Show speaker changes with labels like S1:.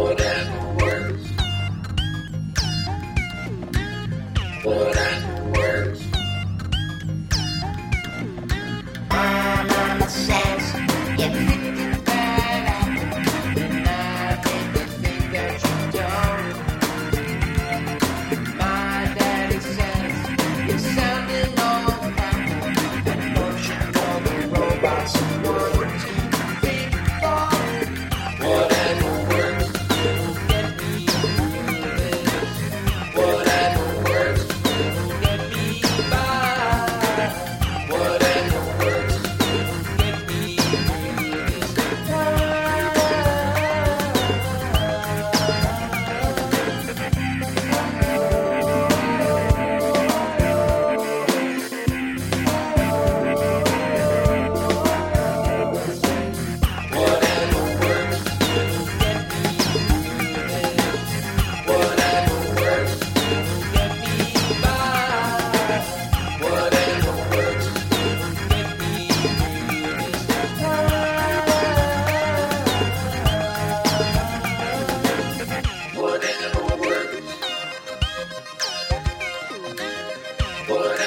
S1: Whatever works. Whatever works. My mama says you picked it bad apple, and I hate the thing that you don't. My daddy says you're sounding all powerful, and motion for the robots and words. Big thought, whatever works. It'll get me through this. Whatever works. It'll get me by. Whatever works. It'll get me through this time. Whatever works. It'll get me through this. Whatever works. It'll get me by. Whatever works. It'll get me through this time. Whatever works. Whatever